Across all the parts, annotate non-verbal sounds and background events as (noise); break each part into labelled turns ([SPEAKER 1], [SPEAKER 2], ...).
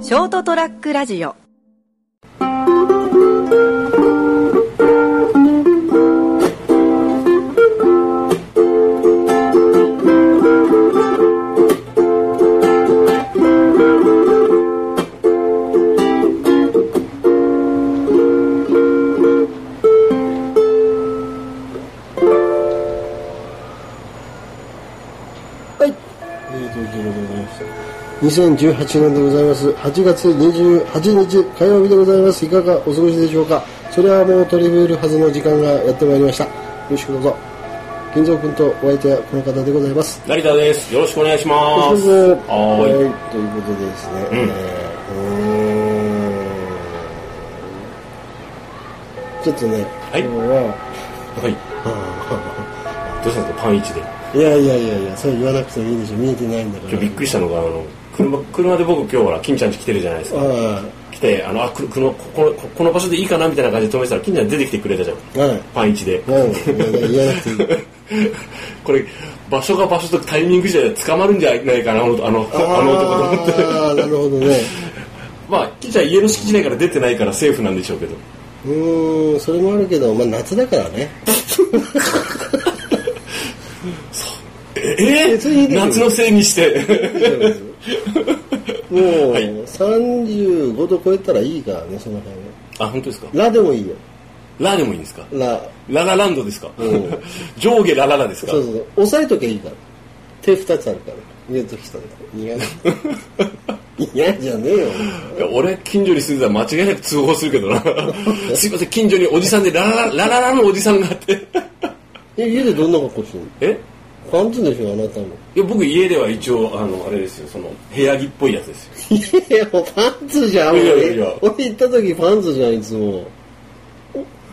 [SPEAKER 1] ショートトラックラジオ
[SPEAKER 2] はい。えーということでございました。2018年でございます。8月28日火曜日でございます。いかがお過ごしでしょうか。それはもう取り入るはずの時間がやってまいりました。よろしくどうぞ。金蔵君とお相手はこの方でございます。
[SPEAKER 3] 成田です。よろしくお願いしま
[SPEAKER 2] よろし
[SPEAKER 3] す。
[SPEAKER 2] くどうぞ
[SPEAKER 3] は
[SPEAKER 2] はい。ということでですね。
[SPEAKER 3] ん
[SPEAKER 2] えーうーんちょっとね、
[SPEAKER 3] はい
[SPEAKER 2] 今日は、
[SPEAKER 3] ーい。はい。どうしたんですか、パン一で。
[SPEAKER 2] (laughs) いやいやいやいや、そう言わなくてもいいでしょ。見えてないんだから。
[SPEAKER 3] 今日びっくりしたのが、あの、車、車で僕今日ほら、金ちゃん家来てるじゃないですか。
[SPEAKER 2] あ
[SPEAKER 3] 来て、あの、あ、くくのここここの場所でいいかなみたいな感じで止めてたら、金ちゃん出てきてくれたじゃん。
[SPEAKER 2] あ、はい。
[SPEAKER 3] パン一で。 (laughs)
[SPEAKER 2] うん、言わなくていい。
[SPEAKER 3] これ、場所が場所とタイミングじゃ捕まるんじゃないかな、あの、あのあの男と思って。
[SPEAKER 2] ああ、なるほどね。
[SPEAKER 3] まあ、金ちゃん家の敷地内から出てないからセーフなんでしょうけど。
[SPEAKER 2] うーん、それもあるけど、まあ夏だからね。
[SPEAKER 3] え
[SPEAKER 2] 別にいい
[SPEAKER 3] え
[SPEAKER 2] けど
[SPEAKER 3] 夏のせい
[SPEAKER 2] (laughs)
[SPEAKER 3] にして。
[SPEAKER 2] もう、
[SPEAKER 3] はい
[SPEAKER 2] 35度超えたらいいからね、その辺は。
[SPEAKER 3] あ、本当ですか
[SPEAKER 2] ラでもいいよ。
[SPEAKER 3] ラでもいいんですか
[SPEAKER 2] ラ。
[SPEAKER 3] ララランドですか
[SPEAKER 2] うん。
[SPEAKER 3] (laughs) 上下ラララですか
[SPEAKER 2] そうそうそう。押さえときゃいいから。手2つあるから。見えときたんだ。嫌だ。嫌じゃねえよ。
[SPEAKER 3] いや俺近所に住んでたら間違いなく通報するけ (laughs) どなすいません近所におじさんでララララララのおじさんがあって
[SPEAKER 2] え、家でどんな格好してんの
[SPEAKER 3] え
[SPEAKER 2] パンツでしょ、あなたも。
[SPEAKER 3] いや僕家では一応あのあれですよその部屋着っぽいやつですよ
[SPEAKER 2] いや、もうパンツじゃん、
[SPEAKER 3] いやいやいや
[SPEAKER 2] 俺。俺行った時パンツじゃん、いつも。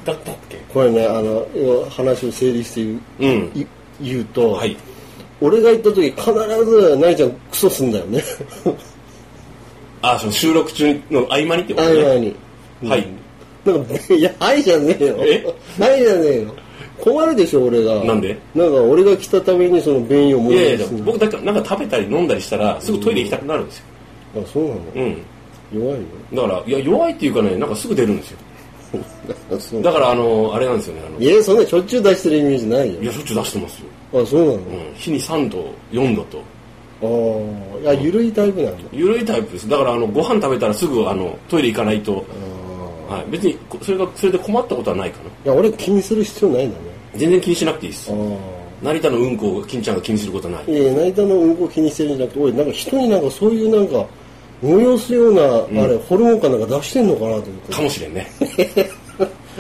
[SPEAKER 3] だったっけ
[SPEAKER 2] これね、あの、今話を整理して言う
[SPEAKER 3] うん
[SPEAKER 2] い言うと、
[SPEAKER 3] はい
[SPEAKER 2] 俺が行った時必ずナイちゃんクソすんだよね
[SPEAKER 3] あその収録中の合間にってこ
[SPEAKER 2] 合
[SPEAKER 3] とね
[SPEAKER 2] 間に
[SPEAKER 3] はい
[SPEAKER 2] なんかいや「はい」じゃねえよ
[SPEAKER 3] え
[SPEAKER 2] はい」じゃねえよ困るでしょ俺が
[SPEAKER 3] なんで
[SPEAKER 2] なんか俺が来たためにその便意をも
[SPEAKER 3] い
[SPEAKER 2] ら
[SPEAKER 3] や
[SPEAKER 2] う
[SPEAKER 3] いや
[SPEAKER 2] んだ
[SPEAKER 3] 僕だからなんか食べたり飲んだりしたらすぐトイレ行きたくなるんですよ
[SPEAKER 2] あそうなの、
[SPEAKER 3] うん
[SPEAKER 2] 弱いよ (laughs)
[SPEAKER 3] だからいや弱いっていうかねなんかすぐ出るんですよ
[SPEAKER 2] あそう
[SPEAKER 3] だからあのあれなんですよねあの
[SPEAKER 2] いやそんなしょっちゅう出してるイメージない
[SPEAKER 3] い
[SPEAKER 2] よ
[SPEAKER 3] やしょっちゅう出してますよ、
[SPEAKER 2] あそうなの、
[SPEAKER 3] うん、日に3度4度と
[SPEAKER 2] ああいやゆるいタイプなんだ
[SPEAKER 3] ゆるいタイプですだからあのご飯食べたらすぐあのトイレ行かないと
[SPEAKER 2] あー
[SPEAKER 3] はい、別にこそれがそれで困ったことはないかない
[SPEAKER 2] や俺気にする必要ないんだね
[SPEAKER 3] 全然気にしなくていいで
[SPEAKER 2] あ
[SPEAKER 3] す
[SPEAKER 2] あ
[SPEAKER 3] 成田のうんこを金ちゃんが気にすることはない
[SPEAKER 2] いや成田のうんこ気にしてるんじゃなくて俺なんか人になんかそういうなんか催すような、あれホルモンかなんか出してんのかなと思って
[SPEAKER 3] かもしれんね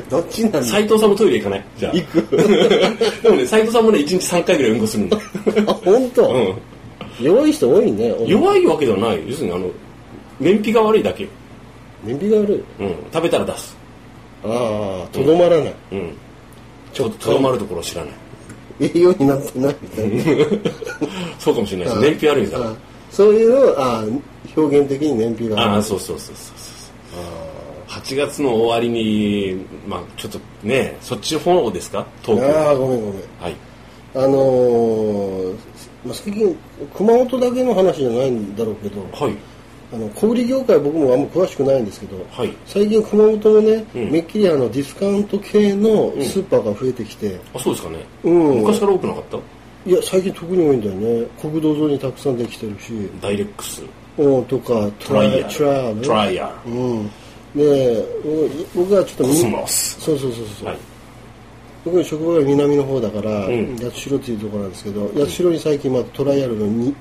[SPEAKER 2] どっちなんだ
[SPEAKER 3] 斎藤さんもトイレ行かないじゃあ
[SPEAKER 2] 行
[SPEAKER 3] (laughs) でもね斎藤さんもね1日3回ぐらいうんこするんだ
[SPEAKER 2] あ (laughs) 本当、
[SPEAKER 3] うん
[SPEAKER 2] 弱い人多いねい
[SPEAKER 3] 弱いわけではない要するにあの燃費が悪いだけ、
[SPEAKER 2] 燃費が悪い
[SPEAKER 3] うん、食べたら出す
[SPEAKER 2] ああとどまらない、
[SPEAKER 3] うん
[SPEAKER 2] ち
[SPEAKER 3] ち
[SPEAKER 2] ょ
[SPEAKER 3] ょ
[SPEAKER 2] っ
[SPEAKER 3] っ
[SPEAKER 2] と
[SPEAKER 3] ととどまるところを知らない
[SPEAKER 2] 栄養になってないみたいな
[SPEAKER 3] そうかもしれないです燃費悪いんだから
[SPEAKER 2] あそういうのをああ表現的に燃費が
[SPEAKER 3] あ
[SPEAKER 2] 悪
[SPEAKER 3] あ
[SPEAKER 2] い
[SPEAKER 3] そうそうそうそうそう8月の終わりにまあちょっとねそっち方ですか東京
[SPEAKER 2] ああごめんごめん
[SPEAKER 3] はい
[SPEAKER 2] あのーまあ最近熊本だけの話じゃないんだろうけど、
[SPEAKER 3] はい
[SPEAKER 2] あの小売業界僕もあんま詳しくないんですけど、
[SPEAKER 3] はい
[SPEAKER 2] 最近熊本もね、
[SPEAKER 3] うん
[SPEAKER 2] めっきりあのディスカウント系のスーパーが増えてきて、
[SPEAKER 3] あそうですかね、
[SPEAKER 2] うん
[SPEAKER 3] 昔から多くなかった
[SPEAKER 2] いや最近特に多いんだよね国道沿いにたくさんできてるし、
[SPEAKER 3] ダイレックス
[SPEAKER 2] うん、とかト
[SPEAKER 3] トライア
[SPEAKER 2] トライア
[SPEAKER 3] ー
[SPEAKER 2] ル
[SPEAKER 3] トライアー
[SPEAKER 2] うんで僕僕はちょっと
[SPEAKER 3] コ
[SPEAKER 2] み
[SPEAKER 3] スモス
[SPEAKER 2] そうそうそうそう、
[SPEAKER 3] はい
[SPEAKER 2] 僕の職場が南の方だから、
[SPEAKER 3] うん
[SPEAKER 2] 八代っていうところなんですけど八代に最近またトライアルの 2,、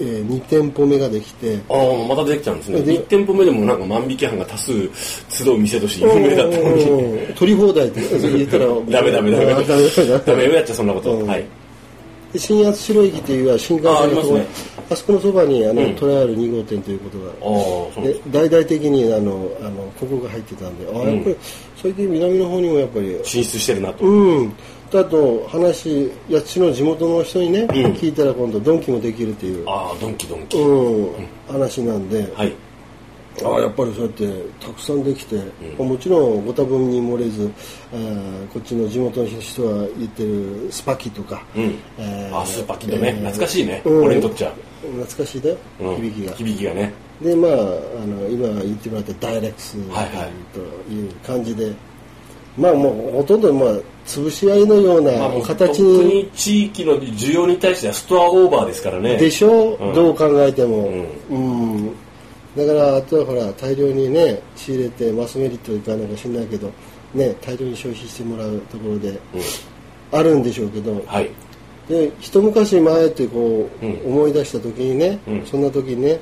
[SPEAKER 2] えー二店舗目ができて
[SPEAKER 3] ああまた出てきたんですね
[SPEAKER 2] で
[SPEAKER 3] 1店舗目でもなんか万引き犯が多数集う店として有名だったのに
[SPEAKER 2] うん取り放題って言ったら
[SPEAKER 3] ダメダメダメ
[SPEAKER 2] あ (laughs) ダメダメ
[SPEAKER 3] ダメよやっちゃそんなこと、
[SPEAKER 2] うん
[SPEAKER 3] はい
[SPEAKER 2] で新八代駅っていうのは新幹
[SPEAKER 3] ああ
[SPEAKER 2] 線
[SPEAKER 3] り
[SPEAKER 2] のと
[SPEAKER 3] ま
[SPEAKER 2] こ
[SPEAKER 3] す
[SPEAKER 2] ろ
[SPEAKER 3] ね
[SPEAKER 2] あ,、そこのそばにあの、
[SPEAKER 3] うん
[SPEAKER 2] トライアル2号店ということが
[SPEAKER 3] ああそうな
[SPEAKER 2] で
[SPEAKER 3] んです
[SPEAKER 2] 大々的にあのあのここが入ってたんでああやっぱり最近南の方にもやっぱり
[SPEAKER 3] 進出してるなと、
[SPEAKER 2] うんだと話八代の地元の人にね、聞いたら今度ドンキもできるっていう
[SPEAKER 3] ああドンキドンキ、
[SPEAKER 2] うん話なんで、
[SPEAKER 3] はい
[SPEAKER 2] ああやっぱりそうやってたくさんできて、まあもちろんご多分に漏れず、えーこっちの地元の人は言ってるスパキとか、
[SPEAKER 3] うん
[SPEAKER 2] え
[SPEAKER 3] あスーパーキッドね懐かしいね
[SPEAKER 2] うん
[SPEAKER 3] 俺にとっちゃ
[SPEAKER 2] 懐かしいだよ、
[SPEAKER 3] うん
[SPEAKER 2] 響きが
[SPEAKER 3] 響きがね
[SPEAKER 2] でまああの今言ってもらったダイレックス
[SPEAKER 3] はいはい
[SPEAKER 2] という感じで、まあもうほとんどまあ潰し合いのような
[SPEAKER 3] まあ、もう本
[SPEAKER 2] 形
[SPEAKER 3] 当に地域の需要に対してはストアオーバーですからね
[SPEAKER 2] でしょ、
[SPEAKER 3] うん
[SPEAKER 2] どう考えても、うんだからあとはほら大量にね仕入れてマスメリットいかなんかしないけど、ね、大量に消費してもらうところであるんでしょうけど、
[SPEAKER 3] はい
[SPEAKER 2] で一昔前ってこう、
[SPEAKER 3] うん
[SPEAKER 2] 思い出した時にね、
[SPEAKER 3] うん
[SPEAKER 2] そんな時にね、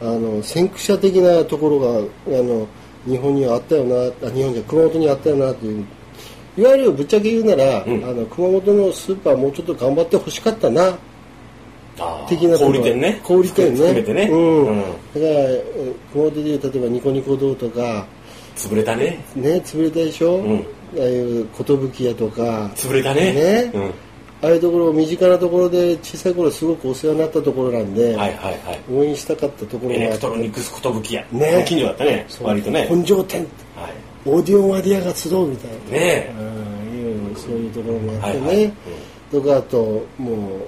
[SPEAKER 2] あの先駆者的なところがあの日本にはあったよなあ日本じゃ熊本にあったよなといういわゆるぶっちゃけ言うなら、
[SPEAKER 3] うん
[SPEAKER 2] あの熊本のスーパーもうちょっと頑張ってほしかったな
[SPEAKER 3] あー
[SPEAKER 2] 的なとこ
[SPEAKER 3] 小
[SPEAKER 2] ろ
[SPEAKER 3] 売店ね
[SPEAKER 2] 小売店ね
[SPEAKER 3] 含めてね、
[SPEAKER 2] うん
[SPEAKER 3] うん
[SPEAKER 2] だからえー熊本でいう例えばニコニコ堂とか
[SPEAKER 3] 潰れたね
[SPEAKER 2] ね潰れたでしょ、
[SPEAKER 3] うん
[SPEAKER 2] ああいう寿屋とか
[SPEAKER 3] 潰れたね
[SPEAKER 2] ね
[SPEAKER 3] うん、
[SPEAKER 2] ああいうところ身近なところで小さい頃すごくお世話になったところなんで、
[SPEAKER 3] はいはいはい
[SPEAKER 2] 応援したかったところ
[SPEAKER 3] エ
[SPEAKER 2] が
[SPEAKER 3] レ
[SPEAKER 2] あ
[SPEAKER 3] ク
[SPEAKER 2] っ
[SPEAKER 3] トロ
[SPEAKER 2] て
[SPEAKER 3] ニクス寿屋
[SPEAKER 2] ね
[SPEAKER 3] 近所だったね
[SPEAKER 2] そう
[SPEAKER 3] 割とね、
[SPEAKER 2] 本庄店
[SPEAKER 3] は
[SPEAKER 2] オーディオンワディアが集うみたい
[SPEAKER 3] い、
[SPEAKER 2] な、
[SPEAKER 3] ね
[SPEAKER 2] ああいうそういうところもあってね、
[SPEAKER 3] はいはいうん
[SPEAKER 2] とかあともう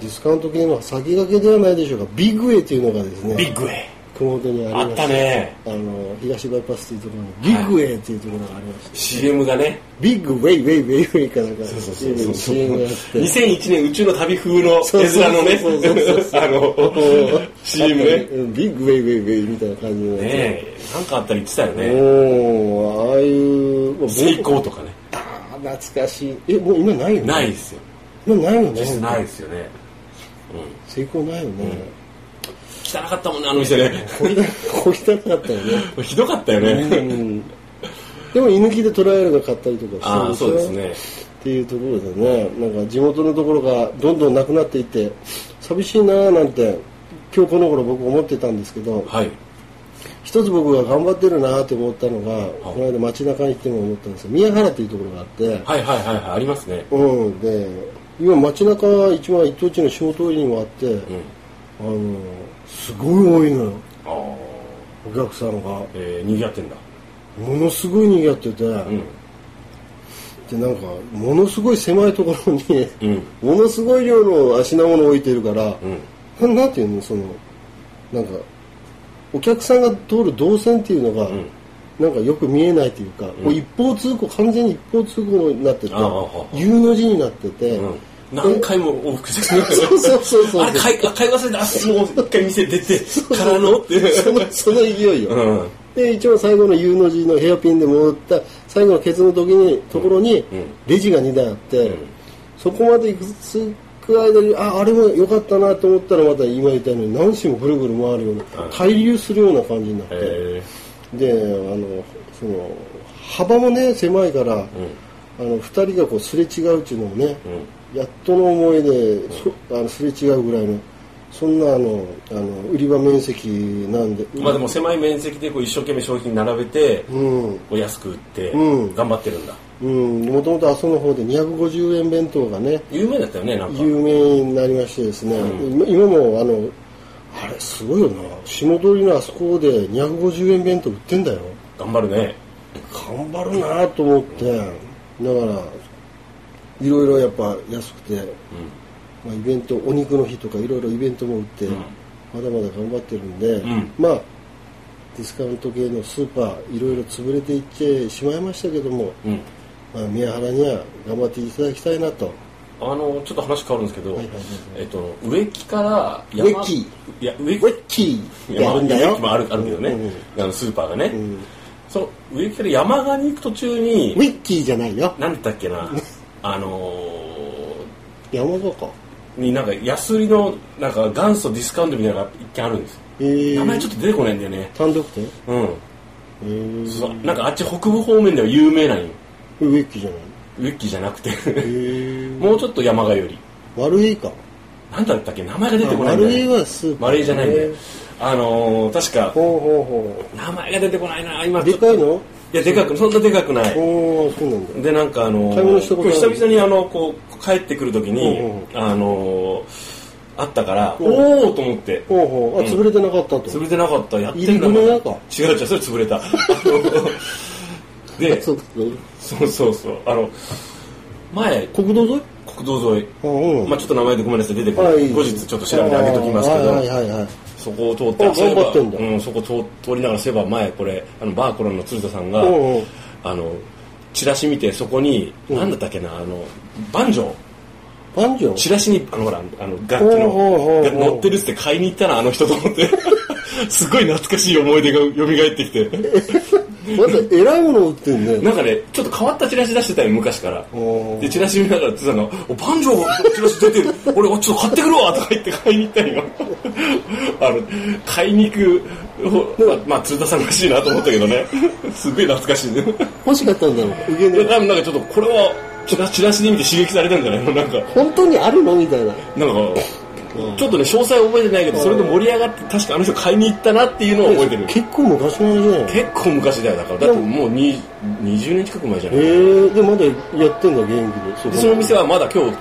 [SPEAKER 2] ディスカウント系の先駆けではないでしょうかビッグエイというのがですね
[SPEAKER 3] ビッグへ
[SPEAKER 2] 熊本にありま
[SPEAKER 3] あ
[SPEAKER 2] し
[SPEAKER 3] ったね
[SPEAKER 2] あの東バイパスというところにビッグウェイというところがありました、
[SPEAKER 3] CM がね
[SPEAKER 2] ビッグウェイウェイウェイウェイかなんか
[SPEAKER 3] そうそうそうそう
[SPEAKER 2] CM があって
[SPEAKER 3] 2001年宇宙の旅風の
[SPEAKER 2] そう
[SPEAKER 3] 絵
[SPEAKER 2] そう
[SPEAKER 3] 面のね
[SPEAKER 2] そうそうそうそう
[SPEAKER 3] (laughs) あの (laughs) CM ね
[SPEAKER 2] うんビッグウェイウェイウェイみたいな感じのやつ
[SPEAKER 3] ねえなんかあったり言ってたよね
[SPEAKER 2] おーああいうもう
[SPEAKER 3] 成功とかね
[SPEAKER 2] あー懐かしいえもう今ないよね
[SPEAKER 3] ないですよ
[SPEAKER 2] 今ないよね
[SPEAKER 3] 実質ないですよね
[SPEAKER 2] 成功ないよね、
[SPEAKER 3] 汚かったもんねあの店ね (laughs)
[SPEAKER 2] (laughs) こきたなかったよね
[SPEAKER 3] ひどかったよ
[SPEAKER 2] う
[SPEAKER 3] ね
[SPEAKER 2] んでも居抜きでトライアルが買ったりとかして
[SPEAKER 3] (laughs) あ
[SPEAKER 2] る
[SPEAKER 3] あ
[SPEAKER 2] でしょ
[SPEAKER 3] そうですね
[SPEAKER 2] っていうところでねなんか地元のところがどんどんなくなっていって寂しいなーなんて今日この頃僕思ってたんですけど
[SPEAKER 3] はい
[SPEAKER 2] 一つ僕が頑張ってるなーって思ったのが、この間街中に行っても思ったんですよ宮原というところがあって、
[SPEAKER 3] はいはいはいはいありますね
[SPEAKER 2] うんで今街中一番一等地の小通りにもあって、
[SPEAKER 3] うん
[SPEAKER 2] あのすごい多いのよ
[SPEAKER 3] ああ
[SPEAKER 2] お客さんがも
[SPEAKER 3] えー賑わってんだ
[SPEAKER 2] のすごい賑わってて、
[SPEAKER 3] うん
[SPEAKER 2] でなんかものすごい狭いところに、
[SPEAKER 3] うん
[SPEAKER 2] ものすごい量の品物を置いてるから、
[SPEAKER 3] うん
[SPEAKER 2] なん、なんていうのそのなんかお客さんが通る動線っていうのが、
[SPEAKER 3] うん
[SPEAKER 2] なんかよく見えないというか、もう一方通行完全に一方通行になってて
[SPEAKER 3] ああああ
[SPEAKER 2] U の字になってて、
[SPEAKER 3] うん何回も往復して
[SPEAKER 2] (laughs) そうそうそうそう
[SPEAKER 3] あれ買い買い忘れたあもう一回店出てからのって
[SPEAKER 2] そのその勢いよ、
[SPEAKER 3] (laughs) うん
[SPEAKER 2] で一番最後の U の字のヘアピンで戻った最後のケツの時にところに
[SPEAKER 3] うん
[SPEAKER 2] レジが2台あって、
[SPEAKER 3] うん
[SPEAKER 2] そこまで行く間にああれも良かったなと思ったらまた今言ったように何周もぐるぐる回るような
[SPEAKER 3] うん
[SPEAKER 2] 滞留するような感じになって、
[SPEAKER 3] え
[SPEAKER 2] であのその幅もね狭いから、
[SPEAKER 3] ーうん
[SPEAKER 2] あの2人がこうすれ違うっていうのもね、
[SPEAKER 3] うん
[SPEAKER 2] やっとの思いでそあのすれ違うぐらいのそんなあのあの売り場面積なんで、
[SPEAKER 3] まあでも狭い面積でこう一生懸命商品並べて、
[SPEAKER 2] うん
[SPEAKER 3] こう安く売って
[SPEAKER 2] うん
[SPEAKER 3] 頑張ってるんだ、
[SPEAKER 2] うん、もともと阿蘇の方で250円弁当がね
[SPEAKER 3] 有名だったよねなんか
[SPEAKER 2] 有名になりましてですね、今今もあのあれすごいよな下通りのあそこで250円弁当売ってんだよ
[SPEAKER 3] 頑張るね
[SPEAKER 2] 頑張るなと思って、だからいろいろやっぱ安くて、まあ、イベントお肉の日とかいろいろイベントも売って、
[SPEAKER 3] うん
[SPEAKER 2] まだまだ頑張ってるんで、
[SPEAKER 3] ん
[SPEAKER 2] まあディスカウント系のスーパーいろいろ潰れていってしまいましたけども、
[SPEAKER 3] うん、うん、
[SPEAKER 2] まあ、宮原には頑張っていただきたいなと。
[SPEAKER 3] あのちょっと話変わるんですけど、
[SPEAKER 2] はいはいはい
[SPEAKER 3] えっと植木から
[SPEAKER 2] 植木
[SPEAKER 3] いや植木
[SPEAKER 2] ウェッキー
[SPEAKER 3] い
[SPEAKER 2] やるんだ
[SPEAKER 3] 植
[SPEAKER 2] よ
[SPEAKER 3] 木。もあるあるけどね、
[SPEAKER 2] うんうん
[SPEAKER 3] あのスーパーがね、
[SPEAKER 2] うん
[SPEAKER 3] その植木から山側に行く途中に
[SPEAKER 2] ウェッキーじゃないよ。
[SPEAKER 3] 何だったっけなあの
[SPEAKER 2] 山田か。
[SPEAKER 3] ーになんか安売りのなんか元祖ディスカウントみたいなのが一軒あるんですよ
[SPEAKER 2] えー
[SPEAKER 3] 名前ちょっと出てこないんだよね
[SPEAKER 2] 単独店
[SPEAKER 3] うん
[SPEAKER 2] えー
[SPEAKER 3] そうなんかあっち北部方面では有名なんよ
[SPEAKER 2] ウェッキーじゃない
[SPEAKER 3] ウィッキーじゃなくて
[SPEAKER 2] えー
[SPEAKER 3] (laughs) もうちょっと山がより
[SPEAKER 2] 丸いか。
[SPEAKER 3] なんだったっけ名前が出て
[SPEAKER 2] あ
[SPEAKER 3] こないんだ
[SPEAKER 2] 丸い
[SPEAKER 3] よね
[SPEAKER 2] はスーパー。
[SPEAKER 3] 丸いじゃないんだよ
[SPEAKER 2] えー
[SPEAKER 3] あのー、確か
[SPEAKER 2] ほうほ
[SPEAKER 3] 名前が出てこないな今
[SPEAKER 2] うほう。でかいの
[SPEAKER 3] いやでかくそんなでかくない
[SPEAKER 2] おおそうなんだ。
[SPEAKER 3] でなんかあの
[SPEAKER 2] 買い物した
[SPEAKER 3] ー、
[SPEAKER 2] こ
[SPEAKER 3] 今
[SPEAKER 2] とあ
[SPEAKER 3] 日
[SPEAKER 2] る
[SPEAKER 3] 久々にあのこう帰ってくる時に
[SPEAKER 2] うんうん
[SPEAKER 3] あのーあったから、
[SPEAKER 2] うん
[SPEAKER 3] おおと思って。
[SPEAKER 2] ほうほうあ潰れてなかったと、
[SPEAKER 3] 潰れてなかった、やってんだ
[SPEAKER 2] 入り組みなの
[SPEAKER 3] 違う違う、それ潰れ
[SPEAKER 2] (laughs)
[SPEAKER 3] た。あので、
[SPEAKER 2] そう
[SPEAKER 3] そうそうそう。あの、前、
[SPEAKER 2] 国道沿い
[SPEAKER 3] 国道沿い。
[SPEAKER 2] あうん
[SPEAKER 3] まあちょっと名前でごめんなさい、出てこな
[SPEAKER 2] はい
[SPEAKER 3] い。後日ちょっと調べてあげときますけ
[SPEAKER 2] あーはい
[SPEAKER 3] ど、
[SPEAKER 2] はいはいはい
[SPEAKER 3] そこを通って、
[SPEAKER 2] あ
[SPEAKER 3] そういえ
[SPEAKER 2] 頑張
[SPEAKER 3] ば、
[SPEAKER 2] ってんだ
[SPEAKER 3] うん、そこ通通りながら、そういえば前、これ、あの、バーコロンの鶴田さんが
[SPEAKER 2] うんうん、
[SPEAKER 3] あの、チラシ見て、そこに、
[SPEAKER 2] うん
[SPEAKER 3] なんだったっけな、あの、バンジョー。
[SPEAKER 2] バンジョー
[SPEAKER 3] チラシに、あの、ほら、あの、楽器
[SPEAKER 2] おうおうおうおう
[SPEAKER 3] の、が載ってるっつって買いに行ったな、あの人と思って。 (laughs) すごい懐かしい思い出が蘇ってきて。 (laughs)
[SPEAKER 2] まず偉いもの売ってんね
[SPEAKER 3] なんかね、ちょっと変わったチラシ出してたよ、昔から
[SPEAKER 2] お。ー
[SPEAKER 3] で、チラシ見ながら、つさんが、お、バンジョーのチラシ出てる。 (laughs) 俺、ちょっと買ってくるわとか言って買いに行ったんよ。 (laughs) あの、買いに行く、まあ、鶴田さんらしいなと思ったけどね。 (laughs) すごい懐かしいね。
[SPEAKER 2] 欲しかったんだろう受け
[SPEAKER 3] で
[SPEAKER 2] ね
[SPEAKER 3] 多分なんかちょっと、これは、チラチラシで見て刺激されたんじゃないのなんか。
[SPEAKER 2] 本当にあるのみたいな
[SPEAKER 3] なんか、ちょっとね、詳細は覚えてないけど、それで盛り上がって、確かあの人買いに行ったなっていうのを覚えてる。
[SPEAKER 2] 結構昔の話だよね
[SPEAKER 3] 結構昔だよ、だから。だってもうに20年近く前じゃない。
[SPEAKER 2] へえでまだやってんだ元気でそ
[SPEAKER 3] でその店はまだ今日、
[SPEAKER 2] フ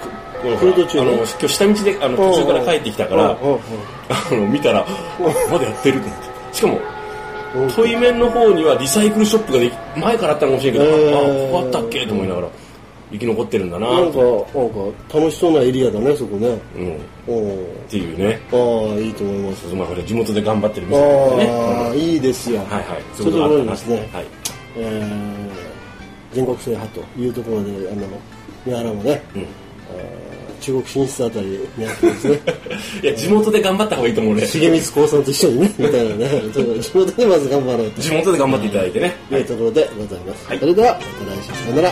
[SPEAKER 2] ード中
[SPEAKER 3] あ
[SPEAKER 2] ね
[SPEAKER 3] の今日下道であの途中から帰ってきたから、
[SPEAKER 2] うんうん
[SPEAKER 3] あの見たら、まだやってると思って。しかも、
[SPEAKER 2] うん
[SPEAKER 3] トイメンの方にはリサイクルショップができ前からあったのかもしれんけど、
[SPEAKER 2] へ
[SPEAKER 3] あ、
[SPEAKER 2] ー
[SPEAKER 3] ここあったっけと思いながら、生き残ってるんだな
[SPEAKER 2] なんか、
[SPEAKER 3] と
[SPEAKER 2] なんか、楽しそうなエリアだね、そこね。
[SPEAKER 3] うん、っ
[SPEAKER 2] お
[SPEAKER 3] ていうね。
[SPEAKER 2] ああ、いいと思います。
[SPEAKER 3] まあ、これ地元で頑張ってる店なんでね。
[SPEAKER 2] ああ、いいですよ。
[SPEAKER 3] はいはい。
[SPEAKER 2] そういうところですね。
[SPEAKER 3] はい。
[SPEAKER 2] えー全国制覇というところで、あの、三原もね、
[SPEAKER 3] ん
[SPEAKER 2] あー中国進出あたり狙ってです
[SPEAKER 3] (laughs)
[SPEAKER 2] ね、
[SPEAKER 3] いや、地元で頑張った方がいいと思うね。
[SPEAKER 2] 重光興産と一緒にね、みたいなね、ちょっと地元でまず頑張ろうと
[SPEAKER 3] 地元で頑張っていただいてね。
[SPEAKER 2] いうところでございます。
[SPEAKER 3] はい
[SPEAKER 2] それでは、また来週、さよなら。